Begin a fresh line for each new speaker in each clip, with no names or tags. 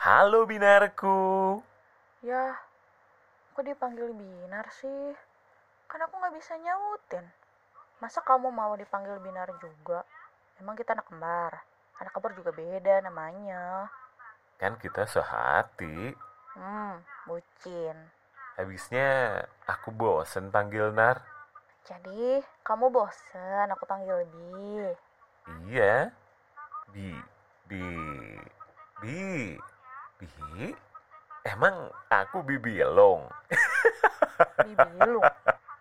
Halo Binarku.
Yah, Ya, kok dipanggil binar sih? Kan aku nggak bisa nyautin. Masa kamu mau dipanggil binar juga? Emang kita anak kembar. Anak kembar juga beda namanya.
Kan kita sehati.
Hmm, bucin.
Habisnya aku bosen panggil Nar.
Jadi, kamu bosen aku panggil Bi.
Iya. Bi, bi, bi, bi. Emang aku bibilung.
Bi Bilung.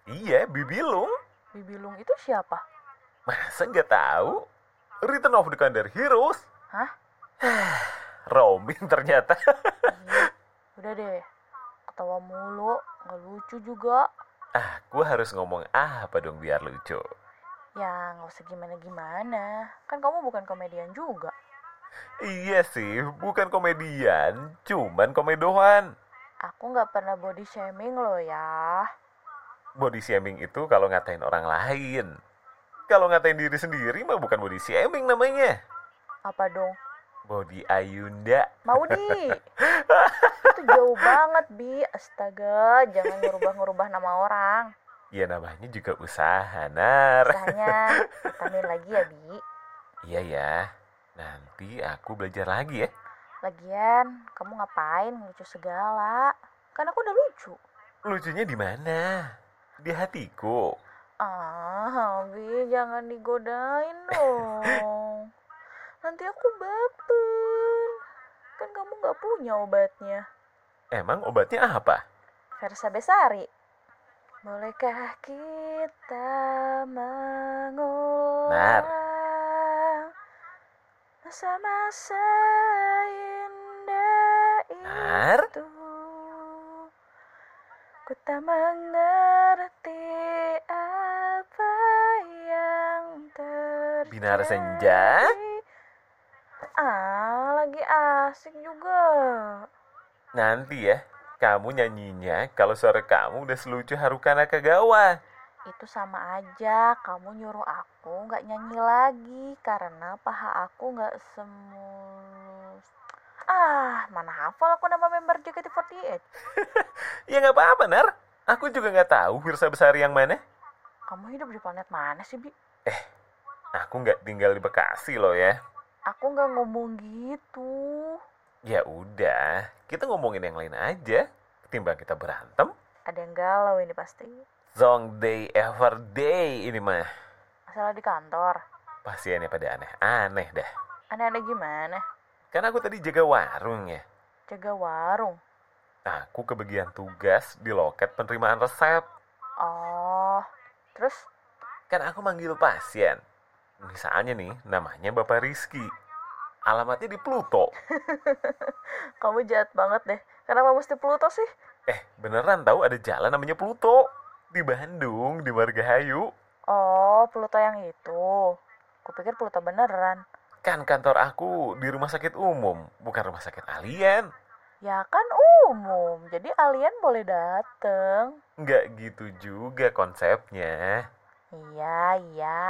Iya, bibilung.
Bi Bilung itu siapa?
Masa nggak tahu? Return of the Condor Heroes.
Hah?
Romin ternyata.
Ih, udah deh. Ketawa mulu, nggak lucu juga.
Aku harus ngomong apa dong biar lucu.
Ya, nggak usah gimana-gimana. Kan kamu bukan komedian juga.
Iya sih, bukan komedian, cuman komedohan.
Aku nggak pernah body shaming loh ya.
Body shaming itu kalau ngatain orang lain. Kalau ngatain diri sendiri mah bukan body shaming namanya.
Apa dong?
Body Ayunda.
Mau di. itu jauh banget, Bi. Astaga, jangan ngerubah-ngerubah nama orang.
Ya namanya juga usaha, Nar.
Usahanya vitamin lagi ya, Bi.
Iya ya. Nanti aku belajar lagi ya.
Lagian, kamu ngapain lucu segala? Kan aku udah lucu.
Lucunya di mana? Di hatiku.
Ah, Bi, jangan digodain dong. Nanti aku baper. Kan kamu nggak punya obatnya.
Emang obatnya apa?
Versa Besari. Bolehkah kita mengulang masa-masa indah
Nar.
itu? Ku tak mengerti apa yang terjadi.
Binar Senja.
Ah, lagi asik juga.
Nanti ya. Kamu nyanyinya kalau suara kamu udah selucu Harukana Kagawa.
Itu sama aja, kamu nyuruh aku nggak nyanyi lagi karena paha aku nggak semulus. Ah, mana hafal aku nama member JKT48?
Ya nggak apa-apa, Nar. Aku juga nggak tahu Wirsa Besari yang mana.
Kamu hidup di planet mana sih, Bi?
Aku nggak tinggal di Bekasi loh ya.
Aku nggak ngomong gitu.
Ya udah, kita ngomongin yang lain aja. Ketimbang kita berantem.
Ada yang galau ini pasti.
Zong day ever day ini mah.
Masalah di kantor.
Pasiennya pada aneh-aneh dah.
Aneh-aneh gimana?
Kan aku tadi jaga warung ya.
Jaga warung.
Aku kebagian tugas di loket penerimaan resep.
Oh, terus
Kan aku manggil pasien. Misalnya nih, namanya Bapak Rizky. Alamatnya di Pluto.
kamu jahat banget deh. Kenapa mesti Pluto sih?
Eh, beneran tahu ada jalan namanya Pluto. Di Bandung, di Margahayu.
Oh, Pluto yang itu. Kupikir Pluto beneran.
Kan kantor aku di rumah sakit umum, bukan rumah sakit alien.
Ya kan umum, jadi alien boleh dateng.
Nggak gitu juga konsepnya.
Iya, iya.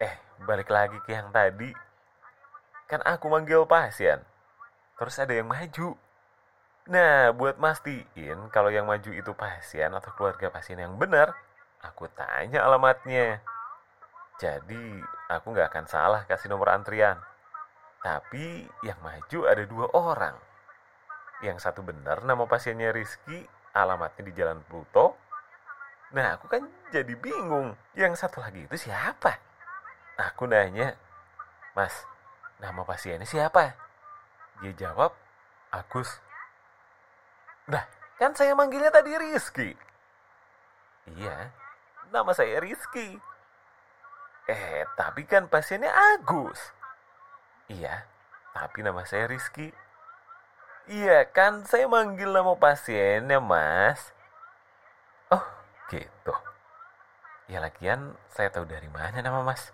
Eh, balik lagi ke yang tadi. Kan aku manggil pasien. Terus ada yang maju. Nah, buat mastiin kalau yang maju itu pasien atau keluarga pasien yang benar, aku tanya alamatnya. Jadi, aku nggak akan salah kasih nomor antrian. Tapi yang maju ada dua orang. Yang satu benar nama pasiennya Rizky, alamatnya di Jalan Pluto. Nah, aku kan jadi bingung. Yang satu lagi itu siapa? Aku nanya, Mas, nama pasiennya siapa? Dia jawab, Agus. Nah, kan saya manggilnya tadi Rizky. Iya, nama saya Rizky. Eh, tapi kan pasiennya Agus. Iya, tapi nama saya Rizky. Iya kan, saya manggil nama pasiennya, Mas. Oh, gitu. Ya lagian, saya tahu dari mana nama Mas.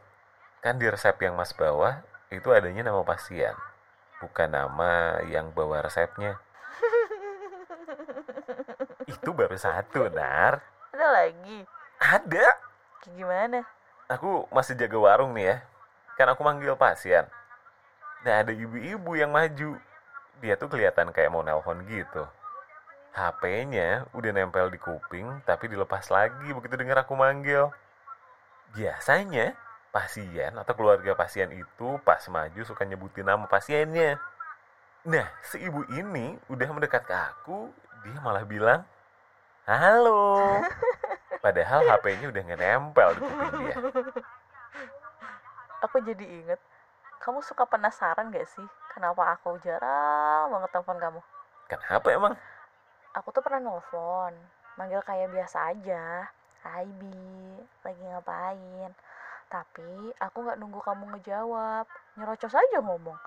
Kan di resep yang Mas bawa itu adanya nama pasien, bukan nama yang bawa resepnya. Itu baru satu, Nar.
Ada lagi.
Ada.
Kayak gimana?
Aku masih jaga warung nih ya. Kan aku manggil pasien. Nah, ada ibu-ibu yang maju. Dia tuh kelihatan kayak mau nelpon gitu. HP-nya udah nempel di kuping tapi dilepas lagi begitu dengar aku manggil. Biasanya pasien atau keluarga pasien itu pas maju suka nyebutin nama pasiennya. Nah, si ibu ini udah mendekat ke aku, dia malah bilang, Halo. Padahal HP-nya udah ngenempel di kuping dia.
Aku jadi inget, kamu suka penasaran gak sih kenapa aku jarang banget telepon kamu?
Kenapa emang?
Aku tuh pernah nelfon, manggil kayak biasa aja. Hai Bi, lagi ngapain? Tapi aku nggak nunggu kamu ngejawab, nyerocos aja ngomong.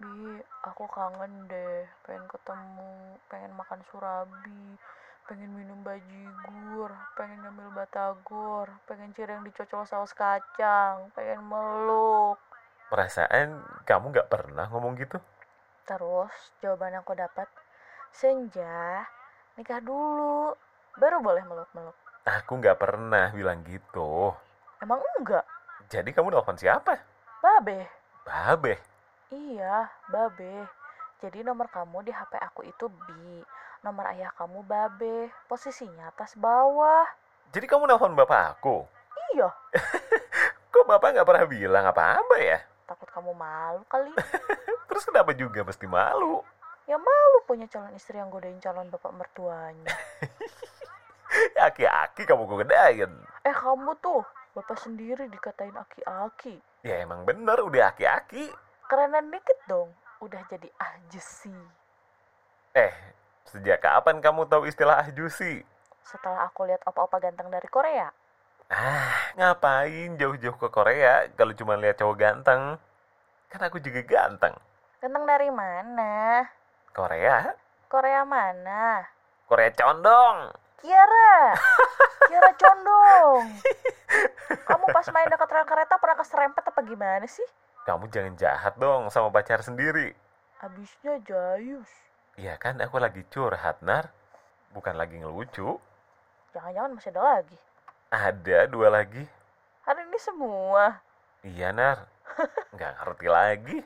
Bi, aku kangen deh, pengen ketemu, pengen makan surabi, pengen minum bajigur, pengen ngambil batagor, pengen cireng dicocol saus kacang, pengen meluk.
Perasaan kamu nggak pernah ngomong gitu?
Terus jawaban yang aku dapat, Senja, nikah dulu, baru boleh meluk-meluk.
Aku nggak pernah bilang gitu.
Emang enggak?
Jadi kamu nelfon siapa?
Babe.
Babe.
Iya, Babe. Jadi nomor kamu di HP aku itu Bi. Nomor ayah kamu Babe. Posisinya atas bawah.
Jadi kamu nelfon bapak aku?
Iya,
Kok bapak nggak pernah bilang apa-apa ya?
takut kamu malu kali.
Terus kenapa juga mesti malu?
Ya malu punya calon istri yang godain calon bapak mertuanya.
Ya, Aki-aki kamu godain.
Eh kamu tuh, bapak sendiri dikatain aki-aki.
Ya emang bener udah aki-aki.
Kerenan dikit dong, udah jadi ahjesi.
Eh, sejak kapan kamu tahu istilah ahjusi?
Setelah aku lihat opa-opa ganteng dari Korea,
Ah, ngapain jauh-jauh ke Korea kalau cuma lihat cowok ganteng? Kan aku juga ganteng.
ganteng dari mana?
Korea?
Korea mana?
Korea condong.
Kiara, Kiara condong. Kamu pas main dekat rel kereta pernah keserempet apa gimana sih?
Kamu jangan jahat dong sama pacar sendiri.
Abisnya jayus.
Iya kan aku lagi curhat, Nar. Bukan lagi ngelucu.
Jangan-jangan masih ada lagi.
Ada dua lagi.
Hari ini semua.
Iya, Nar. Nggak ngerti lagi.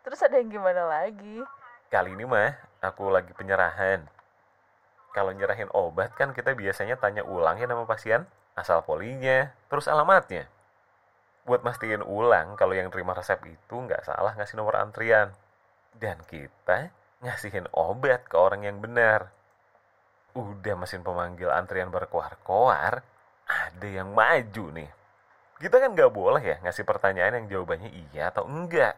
Terus ada yang gimana lagi?
Kali ini mah, aku lagi penyerahan. Kalau nyerahin obat kan kita biasanya tanya ulang ya nama pasien. Asal polinya, terus alamatnya. Buat mastiin ulang kalau yang terima resep itu nggak salah ngasih nomor antrian. Dan kita ngasihin obat ke orang yang benar. Udah mesin pemanggil antrian berkoar-koar, ada yang maju nih. Kita kan nggak boleh ya ngasih pertanyaan yang jawabannya iya atau enggak.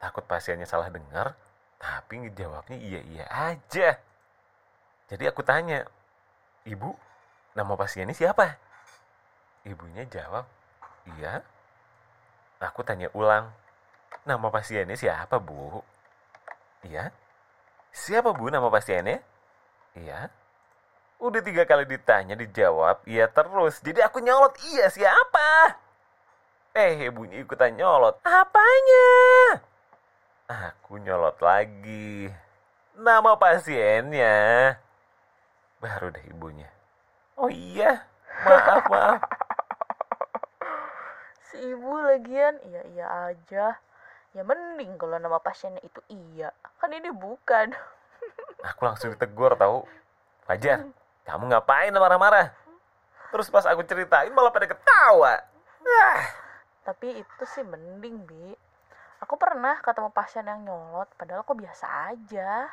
Takut pasiennya salah dengar, tapi ngejawabnya iya-iya aja. Jadi aku tanya, Ibu, nama pasiennya siapa? Ibunya jawab, iya. Aku tanya ulang, nama pasiennya siapa, Bu? Iya. Siapa, Bu, nama pasiennya? Iya. Udah tiga kali ditanya, dijawab, iya terus. Jadi aku nyolot, iya siapa? Eh, ibunya ikutan nyolot. Apanya? Aku nyolot lagi. Nama pasiennya. Baru deh ibunya. Oh iya, maaf, maaf.
Si ibu lagian, iya-iya aja. Ya mending kalau nama pasiennya itu iya. Kan ini bukan.
Aku langsung ditegur tahu. Fajar, kamu ngapain marah-marah? Terus pas aku ceritain malah pada ketawa. Ah,
Tapi itu sih mending, Bi. Aku pernah ketemu pasien yang nyolot, padahal kok biasa aja.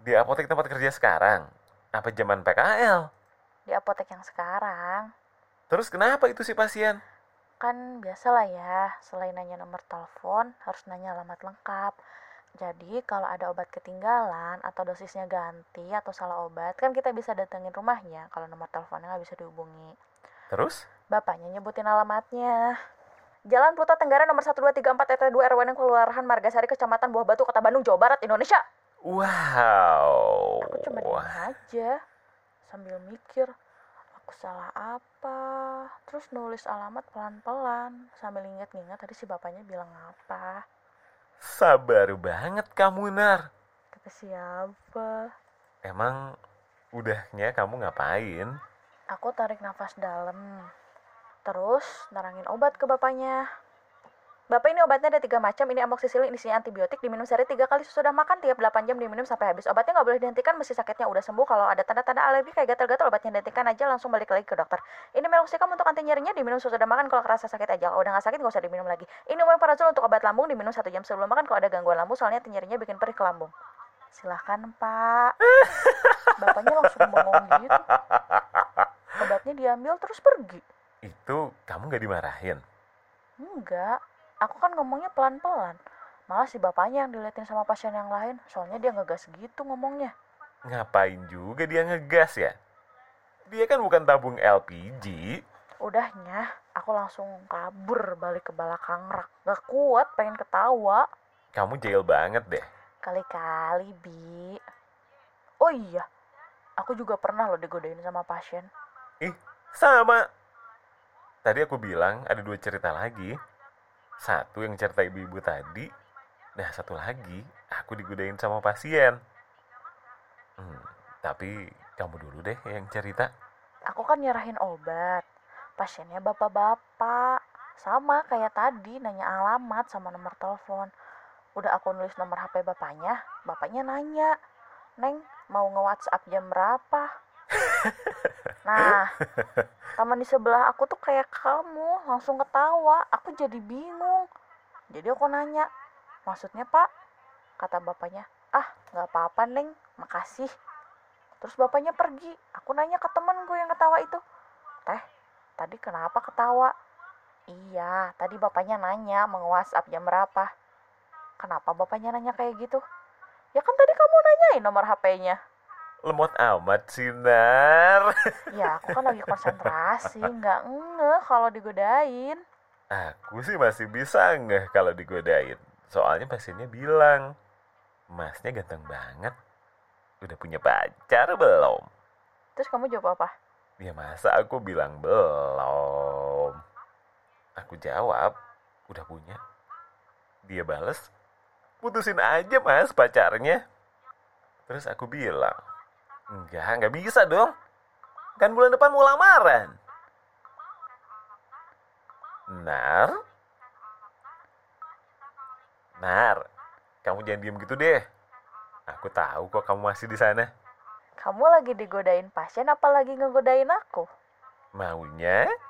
di apotek tempat kerja sekarang. Apa zaman PKL?
Di apotek yang sekarang.
Terus kenapa itu si pasien?
Kan biasalah ya, selain nanya nomor telepon, harus nanya alamat lengkap. Jadi kalau ada obat ketinggalan atau dosisnya ganti atau salah obat, kan kita bisa datengin rumahnya kalau nomor teleponnya nggak bisa dihubungi.
Terus?
Bapaknya nyebutin alamatnya. Jalan Pluto Tenggara nomor 1234 RT 2 RW 6 Kelurahan Margasari Kecamatan Buah Batu Kota Bandung Jawa Barat Indonesia.
Wow.
Aku cuma
Oh.
diem aja sambil mikir aku salah apa. Terus nulis alamat pelan-pelan sambil ingat-ingat tadi si bapaknya bilang apa.
Sabar banget kamu, Nar.
Kata siapa?
Emang udahnya kamu ngapain?
Aku tarik nafas dalam. Terus nerangin obat ke bapaknya. Bapak ini obatnya ada tiga macam, ini amoxicillin, isinya antibiotik, diminum sehari tiga kali sesudah makan, tiap 8 jam diminum sampai habis. Obatnya nggak boleh dihentikan meski sakitnya udah sembuh. Kalau ada tanda-tanda alergi kayak gatal-gatal, obatnya dihentikan aja langsung balik lagi ke dokter. Ini meloxicam untuk anti nyerinya diminum sesudah makan kalau kerasa sakit aja. Kalau udah nggak sakit nggak usah diminum lagi. Ini omeprazol untuk obat lambung diminum satu jam sebelum makan kalau ada gangguan lambung soalnya anti nyerinya bikin perih ke lambung. Silahkan Pak. Bapaknya langsung bengong gitu. Obatnya diambil terus pergi.
Itu kamu nggak dimarahin?
Enggak, aku kan ngomongnya pelan-pelan. Malah si bapaknya yang diliatin sama pasien yang lain, soalnya dia ngegas gitu ngomongnya.
Ngapain juga dia ngegas ya? Dia kan bukan tabung LPG.
Udahnya, aku langsung kabur balik ke belakang rak. Gak kuat, pengen ketawa.
Kamu jail banget deh.
Kali-kali, Bi. Oh iya, aku juga pernah loh digodain sama pasien.
Ih, sama. Tadi aku bilang ada dua cerita lagi. Satu yang cerita ibu-ibu tadi. Nah, satu lagi aku digodain sama pasien. Hmm, tapi kamu dulu deh yang cerita.
Aku kan nyerahin obat. Pasiennya bapak-bapak. Sama kayak tadi, nanya alamat sama nomor telepon. Udah aku nulis nomor HP bapaknya, bapaknya nanya. Neng, mau nge-whatsapp jam berapa? Nah, teman di sebelah aku tuh kayak kamu, langsung ketawa. Aku jadi bingung. Jadi aku nanya, maksudnya pak? Kata bapaknya, ah nggak apa-apa neng, makasih. Terus bapaknya pergi. Aku nanya ke temen gue yang ketawa itu, teh, tadi kenapa ketawa? Iya, tadi bapaknya nanya mau WhatsApp jam berapa. Kenapa bapaknya nanya kayak gitu? Ya kan tadi kamu nanyain nomor HP-nya.
Lemot amat sinar.
Ya, aku kan lagi konsentrasi, nggak ngeh kalau digodain.
Aku sih masih bisa ngeh kalau digodain. Soalnya pasiennya bilang, masnya ganteng banget. Udah punya pacar belum?
Terus kamu jawab apa?
Ya masa aku bilang belum. Aku jawab, udah punya. Dia bales, putusin aja mas pacarnya. Terus aku bilang, enggak, enggak bisa dong. Kan bulan depan mau lamaran. Nar? Nar, kamu jangan diem gitu deh. Aku tahu kok kamu masih di sana.
Kamu lagi digodain pasien apa lagi ngegodain aku?
Maunya